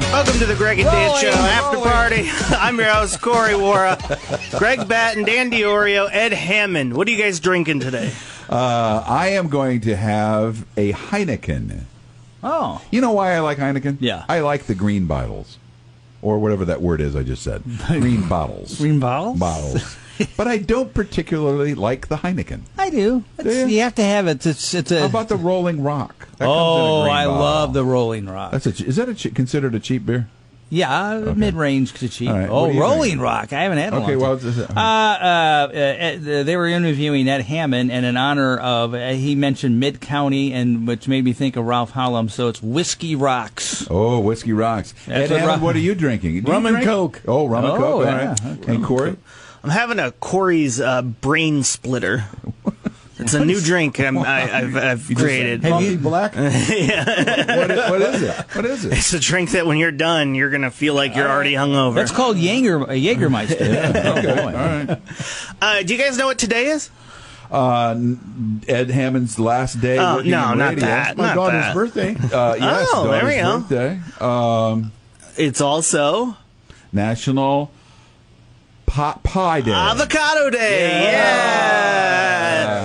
Welcome to the Greg and Dan Show After Party. I'm your host, Corey Wara. Greg Batten, Dan Diorio, Ed Hammond. What are you guys drinking today? Uh, I am going to have a Heineken. Oh. You know why I like Heineken? Yeah. I like the green bottles, or whatever that word is I just said. Green bottles. Green bottles? Bottles. but I don't particularly like the Heineken. I do. It's, Do you? You have to have it. It's, it's a. How about the Rolling Rock? That comes in a oh, green I bottle. love the Rolling Rock. That's a, ch- is that a ch- considered a cheap beer? yeah, uh, mid-range to cheap. All right, what Oh, do you Rolling think? Rock. I haven't had one. Okay, well, uh-huh. uh, it's- uh, uh, uh, they were interviewing Ed Hammond, and in honor of uh, he mentioned Mid County, and which made me think of Ralph Hollum. So it's Whiskey Rocks. Oh, whiskey rocks. That's Ed what Hammond, rum- what are you drinking? Do Rum you and drink? Coke. Oh, rum and Oh, coke. All yeah. right. And Corey? I'm having a Corey's uh, brain splitter. It's a new drink I'm, I, I've, I've created. Have you black? What is, what is it? What is it? It's a drink that when you're done, you're going to feel like you're already hungover. That's called Jaeger, uh, Jägermeister. Okay, all right. Uh, do you guys know what today is? Uh, n- Ed Hammond's last day. Oh, working no, in not radio. that. My Not daughter's bad. birthday. Uh, yes, Oh, there we go. daughter's Birthday. Um, It's also National Pot Pie Day. Ah, Avocado Day. Yeah.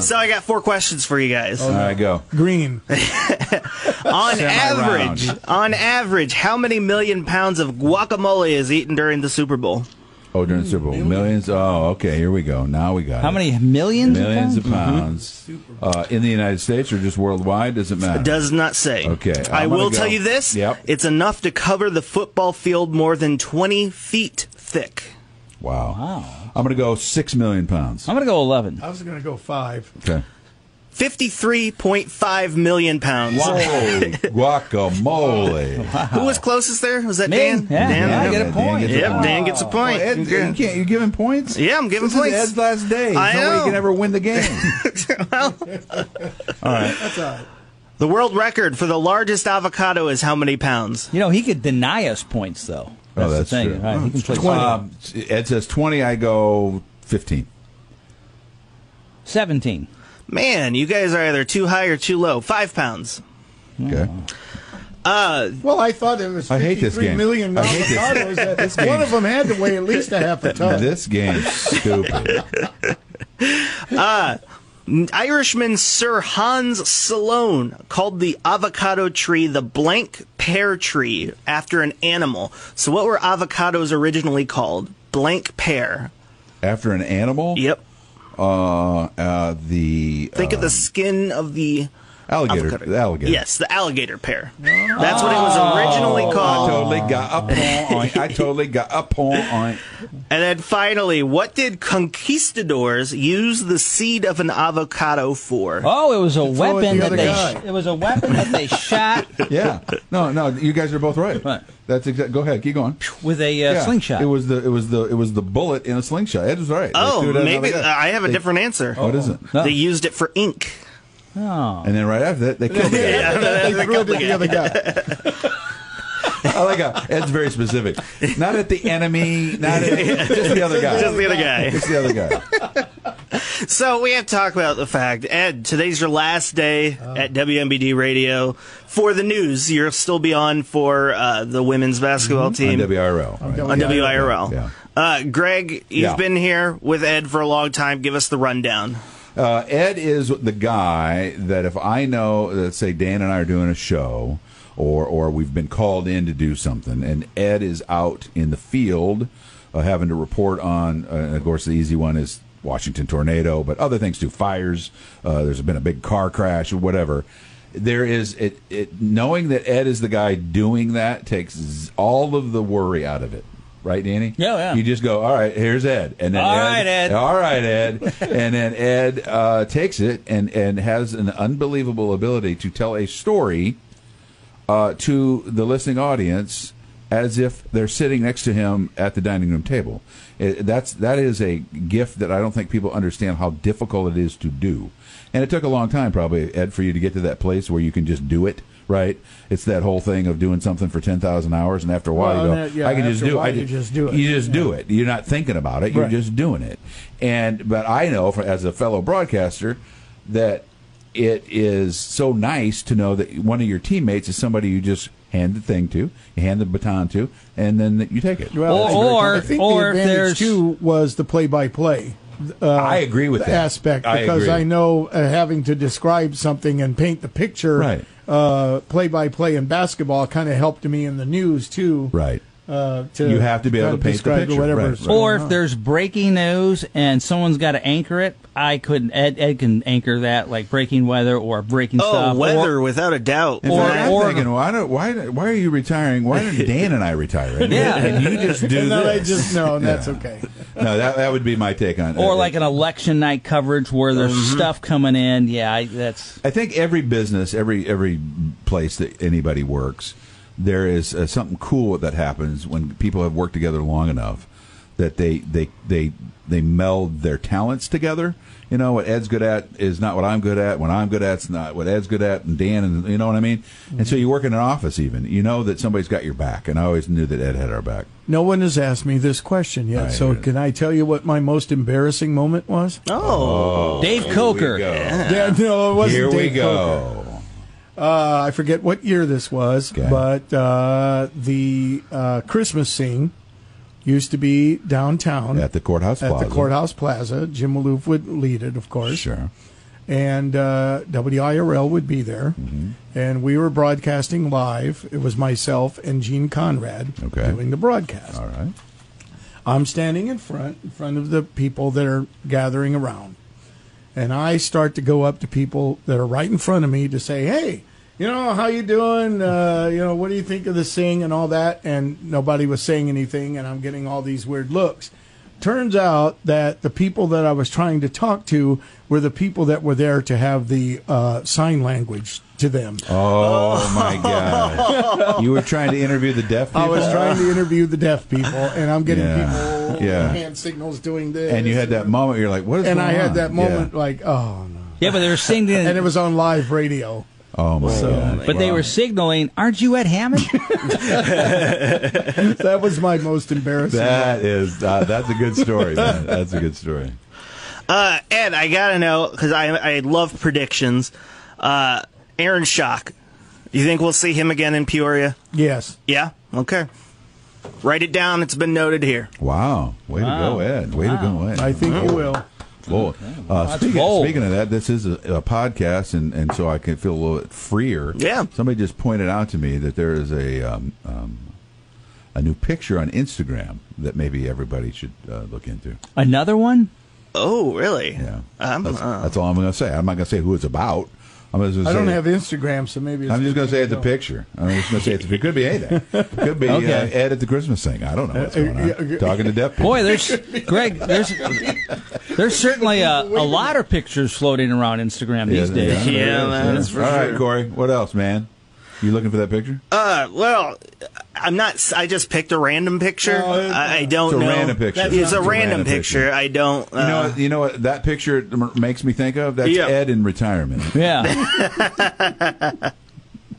So I got four questions for you guys. All right, go. Green. on Semi-round. average, on average, how many million pounds of guacamole is eaten during the Super Bowl? Oh, during the Super Bowl. Millions. Oh, okay. Here we go. Now we got How it. many Mm-hmm. millions? Millions pounds? of pounds. Uh, in the United States or just worldwide? Doesn't matter. It does not say. Okay, I I'm will gonna tell go- you this. Yep. It's enough to cover the football field more than 20 feet thick. Wow. Wow. I'm going to go 6 million pounds. I'm gonna go eleven. I was going to go five. Okay. 53.5 million pounds. Whoa, guacamole. Who was closest there? Was that Me? Dan? Yeah, Dan? yeah, I get a Dan point. gets a Yep, point. Dan gets a point. Ed, you Good. can't, you giving points? Yeah, I'm giving This is points. Ed's last day. There's I no way know. he can ever win the game. That's all right. The world record for the largest avocado is how many pounds? You know, he could deny us points though. That's, oh, that's the thing. true. Right, he can play Um, Ed says 20. I go 15. seventeen. Man, you guys are either too high or too low. Five pounds. Okay. Oh. Well, I thought it was I hate this $53 million game. I hate this- avocados. That this game. One of them had to weigh at least a half a ton. This game's stupid. Irishman Sir Hans Sloane called the avocado tree the blank pear tree after an animal. So, what were avocados originally called? Blank pear. After an animal? Yep. Uh, uh, the Think uh, of the skin of the alligator. avocado. The alligator. Oh, Yes, the alligator pear. That's what it was originally I called. totally got a point on it. I totally got a point on it. And then finally, what did conquistadors use the seed of an avocado for? Oh, it was a throw at weapon the that other they guy. it was a weapon that they shot Yeah. No, no, you guys are both right. Right. That's exact. Go ahead. Keep going. with a uh, Yeah. slingshot. It was the it was the it was the bullet in a slingshot. Ed was right. They threw Oh, it at maybe another guy. I have a They- different answer. What is it? No. They used it for ink. oh. And then right after that, they killed the guy. they threw it at the other guy. I like how Ed's very specific. Not at the enemy. Not at just the other guy. Just the other guy. Just the other guy. So we have to talk about the fact, Ed. Today's your last day at WMBD Radio for the news. You'll still be on for uh, the women's basketball On team WRL. right. on Yeah, WIRL. yeah. Uh, Greg, you've Yeah. been here with Ed for a long time. Give us the rundown. Uh, Ed is the guy that if I know, let's say Dan and I are doing a show, or or we've been called in to do something, and Ed is out in the field uh, having to report on. Uh, and of course, the easy one is Washington tornado, but other things too, fires. Uh, there's been a big car crash or whatever. There is it, it knowing that Ed is the guy doing that takes z- all of the worry out of it, right, Danny? Yeah, yeah. You just go, all right, here's Ed, and then All right, Ed. all right, Ed. and then Ed uh, takes it and, and has an unbelievable ability to tell a story uh, to the listening audience as if they're sitting next to him at the dining room table. It, that's that is a gift that I don't think people understand how difficult it is to do. And it took a long time, probably Ed, for you to get to that place where you can just do it. Right? It's that whole thing of doing something for ten thousand hours, and after a while, Well, you go, and that- yeah, "I can just after a do it." I while, you just do it. You just do it. You're not thinking about it. You're Right. just doing it. And but I know, for, as a fellow broadcaster, that it is so nice to know that one of your teammates is somebody you just hand the thing to, you hand the baton to, and then you take it. Well, that's a great or- point. I think or the if advantage there's- too was the play-by-play. Uh, I agree with the that. aspect I because agree. I know uh, having to describe something and paint the picture, Right. uh, play-by-play in basketball kind of helped me in the news too. Right. Uh, to You have to be able kinda to paint the describe picture, whatever right, is right. going Or on. if there's breaking news and someone's got to anchor it, I couldn't. Ed, Ed can anchor that, like breaking weather or breaking Oh, stuff. or- weather without a doubt. In Or- fact, I'm or- thinking, why, don't, why, why are you retiring? Why aren't Dan and I retiring? Yeah. And you just do and then I this. just no, and that's Yeah. okay. No, that, that would be my take on it. or like an election night coverage where there's stuff coming in. Yeah, I, that's I think every business, every every place that anybody works, there is uh, something cool that happens when people have worked together long enough that they they they they meld their talents together. You know what Ed's good at is not what I'm good at. What I'm good at's not what Ed's good at, and Dan, and you know what I mean. And Mm-hmm. so you work in an office, even you know that somebody's got your back. And I always knew that Ed had our back. No one has asked me this question yet, I so heard it. can I tell you what my most embarrassing moment was? oh, Dave Here we Coker. go. Yeah, no, it wasn't. Here we Dave Coker. go. Uh, I forget what year this was, Okay. but uh, the uh, Christmas scene used to be downtown At the courthouse at plaza. the courthouse plaza. Jim Maloof would lead it, of course, Sure. and uh, WIRL would be there, Mm-hmm. and we were broadcasting live. It was myself and Gene Conrad Okay. doing the broadcast. All right. I'm standing in front, in front of the people that are gathering around. And I start to go up to people that are right in front of me to say, hey, you know, how you doing? Uh, you know, what do you think of the sing and all that? And nobody was saying anything, and I'm getting all these weird looks. Turns out that the people that I was trying to talk to were the people that were there to have the uh, sign language to them. Oh my god! You were trying to interview the deaf people, I was trying to interview the deaf people, and I'm getting Yeah. people "Oh, Yeah. hand signals doing this. and you had that moment. You're like, "What is?" and going I had on? that moment Yeah. like, oh no. Yeah, but they were singing. And it was on live radio. Oh my god! but they were signaling, "Aren't you at Hammond?" That was my most embarrassing. That is uh, that's a good story. man. That's a good story. uh, Ed, I gotta know because I I love predictions. Uh, Aaron Shock, you think we'll see him again in Peoria? yes. Yeah. Okay. Write it down. It's been noted here. Wow! Way to go, Ed! Way to go, Ed! I think you will. Bold. Uh, speaking, bold. speaking of that, this is a, a podcast, and, and so I can feel a little bit freer. Yeah. Somebody just pointed out to me that there is a um, um, a new picture on Instagram that maybe everybody should uh, look into. Another one. Oh, really? Yeah, Um, that's, uh, that's all I'm going to say. I'm not going to say who it's about. I'm just gonna I don't say- have Instagram, so maybe it's I'm just going to say it's a picture. I'm just going to say it's a, it could be anything. It could be Okay. uh, Ed at the Christmas thing. I don't know what's Uh, uh, going on. yeah, okay. Talking to deaf people. Boy, there's Greg. There's there's certainly a, a lot of pictures floating around Instagram these days. Yeah, man, that's for All right, sure. Corey. What else, man? You looking for that picture? uh, well, I'm not. s- I just picked a random picture. No, it's- I, I don't It's a know. random picture. It's, That's a, not- random, picture. I don't. Uh, you know, what, you know what that picture m- makes me think of? That's Yeah. Ed in retirement. Yeah.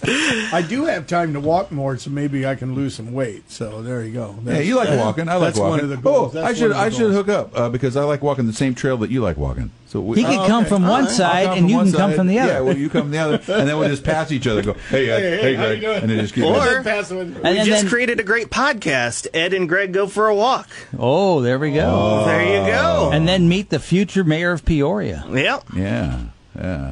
I do have time to walk more, so maybe I can lose some weight. So there you go. Yeah, That's- you like walking. I like That's walking. one of the goals. Oh, That's I should one of the I should goals. hook up uh, because I like walking the same trail that you like walking. So we, Oh, He can I'll- come from one I'll side come and from you one can come side. from the other. Yeah, well, you come from the other, and then we'll just pass each other. and Go, hey, Ed, Hey, hey, hey, how Greg, you doing? and then just keep. Or- going. That pass one. And we just then- created a great podcast. Ed and Greg go for a walk. Oh, there we go. there you Oh. go. And then meet the future mayor of Peoria. yep. Yeah, yeah.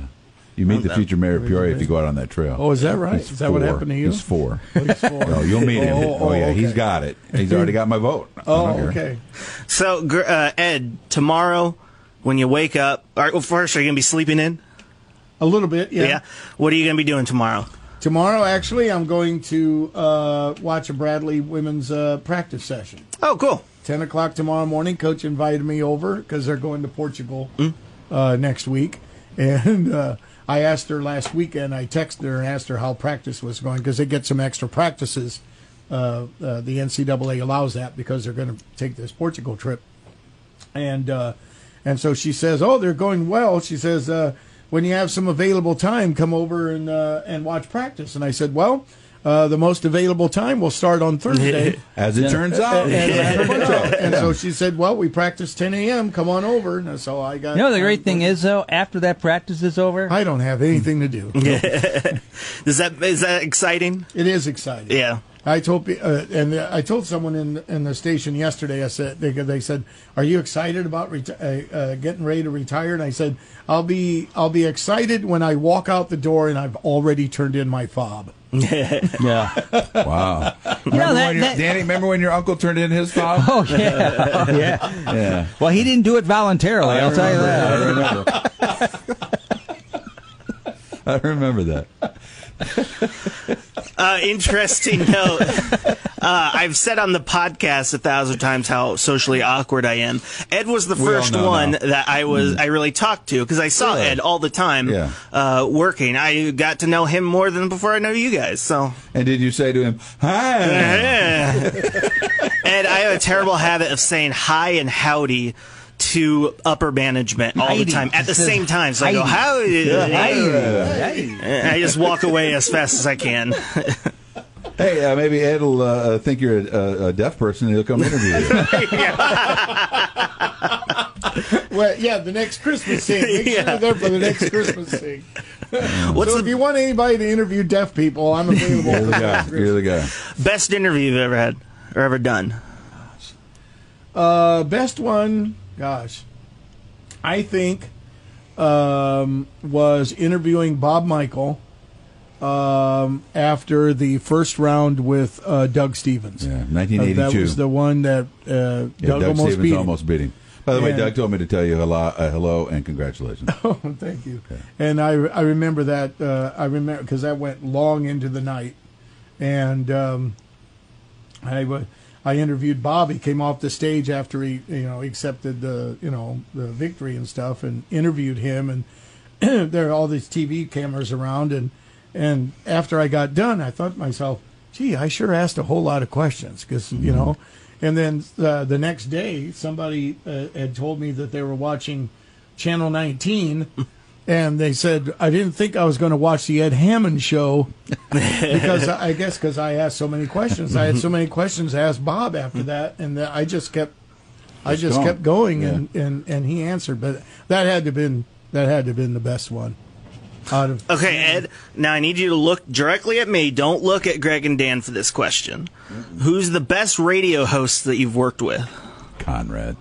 You meet the future mayor of Peoria if you go out on that trail. Oh, is that right? He's Is that what four. happened to you? He's four. It's four. No, you'll meet him. Oh, Oh, oh, yeah, he's okay. got it. He's already got my vote. I Oh, don't care. okay. So, gr- uh, Ed, tomorrow when you wake up, all right, well, first, are you going to be sleeping in? A little bit, yeah. What are you going to be doing tomorrow? Tomorrow, actually, I'm going to uh, watch a Bradley women's uh, practice session. Oh, cool. 10 o'clock tomorrow morning. Coach invited me over because they're going to Portugal uh, next week. And uh, I asked her last weekend, I texted her and asked her how practice was going because they get some extra practices. Uh, uh, the NCAA allows that because they're going to take this Portugal trip. And uh, and so she says, "Oh, they're going well." She says, uh, "When you have some available time, come over and uh, and watch practice." And I said, "Well, uh, the most available time will start on Thursday. As it turns out, And, that's a bunch of- and yeah. so she said, "Well, we practice 10 a.m. Come on over." And so I got. You know, the great thing is, though, after that practice is over, I don't have anything to do. Is that is that exciting? It is exciting. Yeah. I told pe- uh, and I told someone in in the station yesterday. I said they, they said, "Are you excited about reti- uh, uh, getting ready to retire?" And I said, "I'll be I'll be excited when I walk out the door and I've already turned in my fob." yeah. Wow. that- Remember when your- that- Danny, remember when your uncle turned in his fob? Oh yeah, Oh, yeah. Yeah. Well, he didn't do it voluntarily. I'll tell you that. I remember. I remember that. Uh, interesting note. Uh, I've said on the podcast a thousand times how socially awkward I am. Ed was the all first know one now. that I was I really talked to because I saw Yeah. Ed all the time Yeah. uh, working. I got to know him more than before I know you guys. So And did you say to him, "Hi"? Ed, I have a terrible habit of saying hi and howdy to upper management all Heidi. the time at the Just says same time. So I go howdy. And I just walk away as fast as I can. Hey, uh, maybe Ed'll uh, think you're a, a, a deaf person. and He'll come interview you. Well, yeah, the next Christmas thing. Make sure Yeah. you're there for the next Christmas thing. What's So if the you want anybody to interview deaf people, I'm available. You're for the guy. next You're the guy. best interview you've ever had or ever done? Uh, best one, gosh, I think um, was interviewing Bob Michael um, after the first round with uh, Doug Stevens. Yeah, Uh, that 1982. was the one that uh, Doug, Yeah, Doug almost Stevens beat. him. almost beat him. By the way, And- Doug told me to tell you hello, uh, hello and congratulations. Oh, thank you. And I I remember that uh, I remember because that went long into the night, and um, I wa- I interviewed Bob. He came off the stage after he you know accepted the you know the victory and stuff, and interviewed him. And there are all these TV cameras around, and and after I got done, I thought to myself, "Gee, I sure asked a whole lot of questions because you know." And then uh, the next day, somebody uh, had told me that they were watching Channel 19, and they said I didn't think I was going to watch the Ed Hammond show because I I guess because I asked so many questions. I had so many questions to ask Bob after that, and that I just kept, I just going. kept going, and, and and he answered. But that had to been that had to been the best one out of Okay, Ed, now I need you to look directly at me. Don't look at Greg and Dan for this question. Who's the best radio host that you've worked with? Conrad.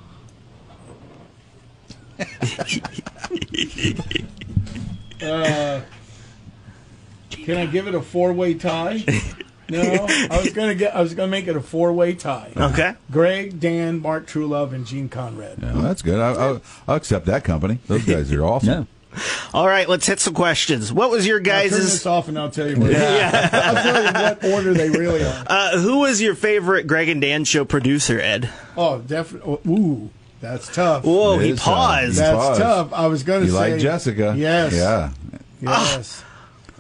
Can I give it a four way tie? No, I was gonna get. I was gonna make it a four way tie. Okay. Greg, Dan, Mark Truelove, and Gene Conrad. Yeah, well, that's good. I, I'll, I'll accept that company. Those guys are awesome. Yeah. All right, let's hit some questions. What was your I'll turn this guys' off and I'll tell you. What I'll tell you what order they really are. uh, who was your favorite Greg and Dan show producer, Ed? Oh, definitely. Ooh, that's tough. Whoa, Oh, It he is tough. paused. Yeah. that's pause. tough. I was gonna uh, You say like Jessica? Yes. Yeah. Ah. Yes.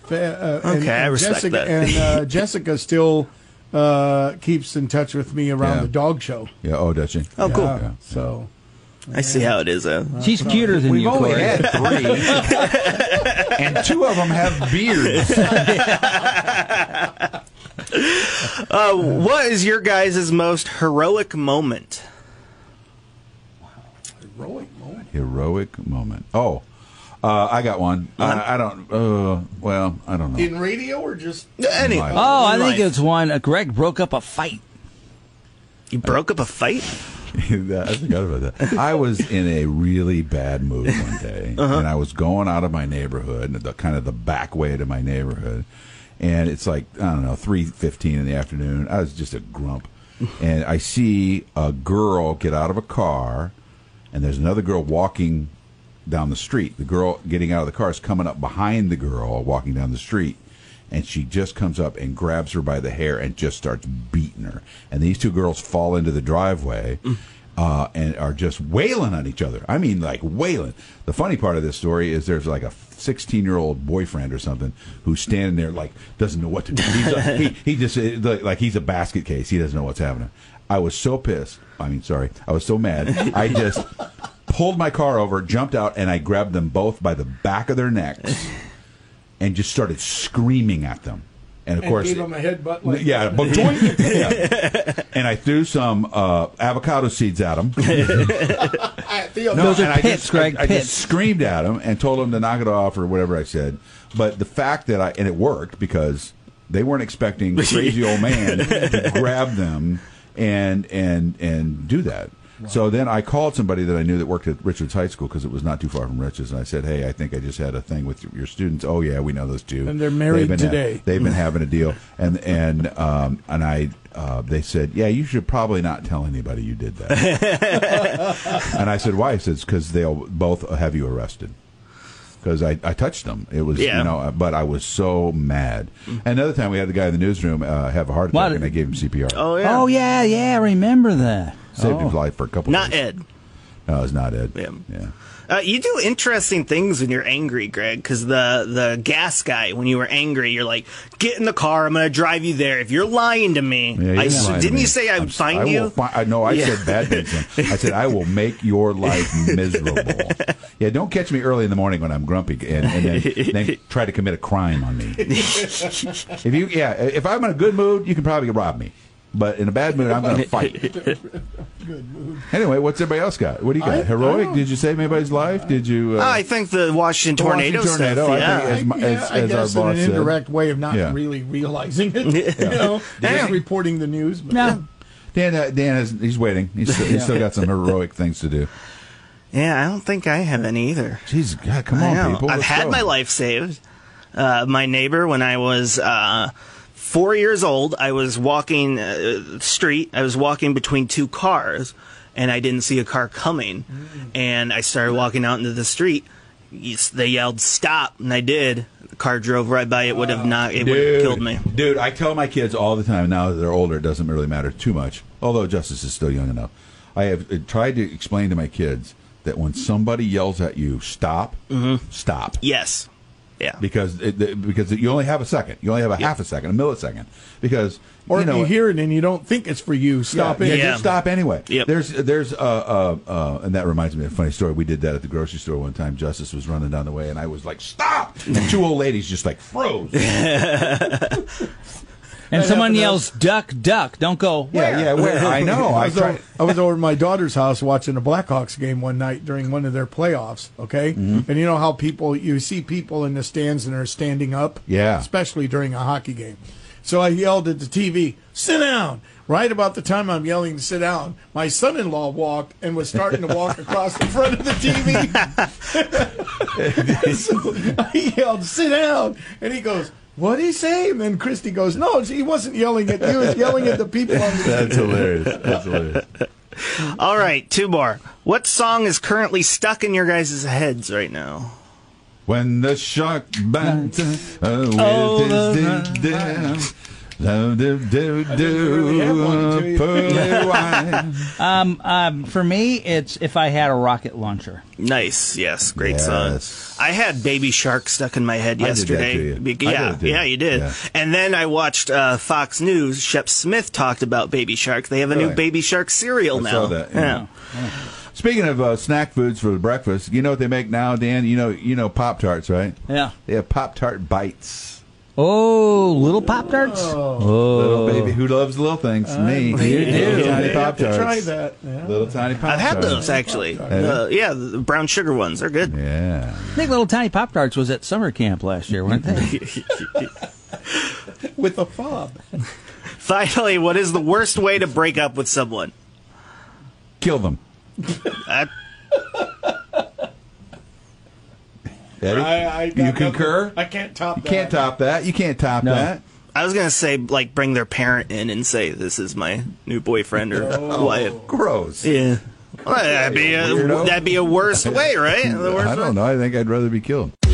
Fa- uh, and- Okay, I and respect Jessica, that. And uh, Jessica still uh, keeps in touch with me around Yeah. the dog show. Yeah. Oh, does she? Oh, cool. Uh, so. I see how it is. Uh, She's cuter than We've you, only Corey. had three, and two of them have beards. uh, what is your guys' most heroic moment? Heroic moment. Heroic moment. Oh, uh, I got one. I, I don't. Uh, well, I don't know. In radio or just Any, life. Oh, I in think life. it's one. Uh, Greg broke up a fight. You broke up a fight? I forgot about that. I was in a really bad mood one day, and I was going out of my neighborhood, the kind of the back way to my neighborhood, and it's like I don't know, three fifteen in the afternoon. I was just a grump, and I see a girl get out of a car, and there's another girl walking down the street. The girl getting out of the car is coming up behind the girl walking down the street. And she just comes up and grabs her by the hair and just starts beating her. And these two girls fall into the driveway uh, and are just wailing on each other. I mean, like wailing. The funny part of this story is there's like a 16 year old boyfriend or something who's standing there, like, doesn't know what to do. He's like, he, he just, like, he's a basket case. He doesn't know what's happening. I was so pissed. I mean, sorry. I was so mad. I just pulled my car over, jumped out, and I grabbed them both by the back of their necks and just started screaming at them. and of And course gave him a headbutt. Like yeah, but Yeah. and I threw some uh, avocado seeds at him. Theo, No, Those are and I pits, just, Greg, I, I pits. just screamed at him and told him to knock it off or whatever I said. But the fact that I and it worked because they weren't expecting crazy old man to grab them and and and do that. So then I called somebody that I knew that worked at Richards High School because it was not too far from Richards, and I said, "Hey, I think I just had a thing with your students. Oh yeah, we know those two, And they're married They've been ha- today. they've been having a deal, and and um, and I." Uh, they said, "Yeah, you should probably not tell anybody you did that." And I said, why? He says, because they'll both have you arrested. Because I, I touched them. It was, Yeah. you know, but I was so mad. Another time we had the guy in the newsroom uh, have a heart attack What? and I gave him CPR. Oh yeah. Oh yeah, yeah. I Remember that? Saved Oh. his life for a couple Not days. Ed. No, it's not Ed. Yeah. yeah. Uh, you do interesting things when you're angry, Greg. Because the the gas guy, when you were angry, you're like, "Get in the car. I'm gonna drive you there. If you're lying to me, Yeah, he I didn't s- lie to didn't me. you say I I'm would s- find I will you?" fi- I- no, I Yeah. said bad things. to him. I said I will make your life miserable. yeah, don't catch me early in the morning when I'm grumpy and, and then, then try to commit a crime on me. if you, yeah, if I'm in a good mood, you can probably rob me. But in a bad mood, I'm going to fight. Anyway, what's everybody else got? What do you got? I- I Heroic? don't- Did you save anybody's life? Did you? Uh, Ah, I think the Washington The Washington tornado stuff. tornado, I yeah. think I, As my- yeah, as- I as our guess in an boss said. indirect way of not Yeah. really realizing it, you know, Yeah. just reporting the news. But Yeah. Dan, uh, Dan is he's waiting. He's still, he's still got some heroic things to do. Yeah, I don't think I have any either. Jeez, God, come I on, know. people. I've let's had go. my life saved. Uh, my neighbor, when I was uh, four years old, I was walking uh, the street. I was walking between two cars, and I didn't see a car coming. Mm. And I started walking out into the street. Yes, They yelled "Stop!" and I did. The car drove right by. It would have not. It would have killed me. Oh, Dude, I tell my kids all the time now that they're older, it doesn't really matter too much. Although Justice is still young enough. I have uh, tried to explain to my kids that when somebody yells at you, stop, stop. Yes. Yeah. Because it, the- because you only have a second. You only have a half a second, a millisecond. Because or you if know, you hear it and you don't think it's for you, stop yeah, it. Yeah, Yeah. just stop anyway. Yep. There's there's uh, uh uh and that reminds me of a funny story. We did that at the grocery store one time. Justice was running down the way and I was like, Stop and two old ladies just like froze. yeah, And That someone happened to yells, "Duck, duck!" Don't go. "Where?" yeah, where? I know. I I was, tried over, I was over at my daughter's house watching a Blackhawks game one night during one of their playoffs. Okay, Mm-hmm. and you know how people you see people in the stands and are standing up, Yeah. especially during a hockey game. So I yelled at the TV, "Sit down!" Right about the time I'm yelling, "Sit down!" My son-in-law walked and was starting to walk across the front of the TV. so I yelled, "Sit down!" and he goes. What he say? And then Christy goes, "No, he wasn't yelling at you. He was yelling at the people on the That's hilarious. That's hilarious. All right. Two more. What song is currently stuck in your guys' heads right now? When the shark bites uh, with Oh, his deep dam, do do do really have one, do do you? pearly white. Um, um, for me, it's if I had a rocket launcher. Nice. Yes. Great Yes. song. I had Baby Shark stuck in my head I did that yesterday. to you. Be- I yeah. did it to you. yeah, you did. Yeah. And then I watched uh, Fox News. Shep Smith talked about Baby Shark. They have a new Really? Baby Shark cereal I now. saw that, yeah. Speaking of uh, snack foods for breakfast, you know what they make now, Dan? You know, you know Pop Tarts, right? Yeah. They have Pop Tart bites. Oh, little pop tarts. Little baby who loves little things. Me, Oh. Uh, You Little do. tiny You Pop have to Tarts. try that. Yeah. Little tiny Pop I've Tarts. had those actually. Uh, yeah, the brown sugar ones. They're good. Yeah. I think little tiny pop tarts was at summer camp last year, weren't they? With a fob. Finally, what is the worst way to break up with someone? Kill them. That- Eddie, you concur? I can't top You that. can't top that. You can't top No. that. I was gonna say like bring their parent in and say this is my new boyfriend or Oh. wife. Gross. Yeah. Well, that'd be a, Weirdo. that'd be a worst way, right? The worst I way. don't know. I think I'd rather be killed.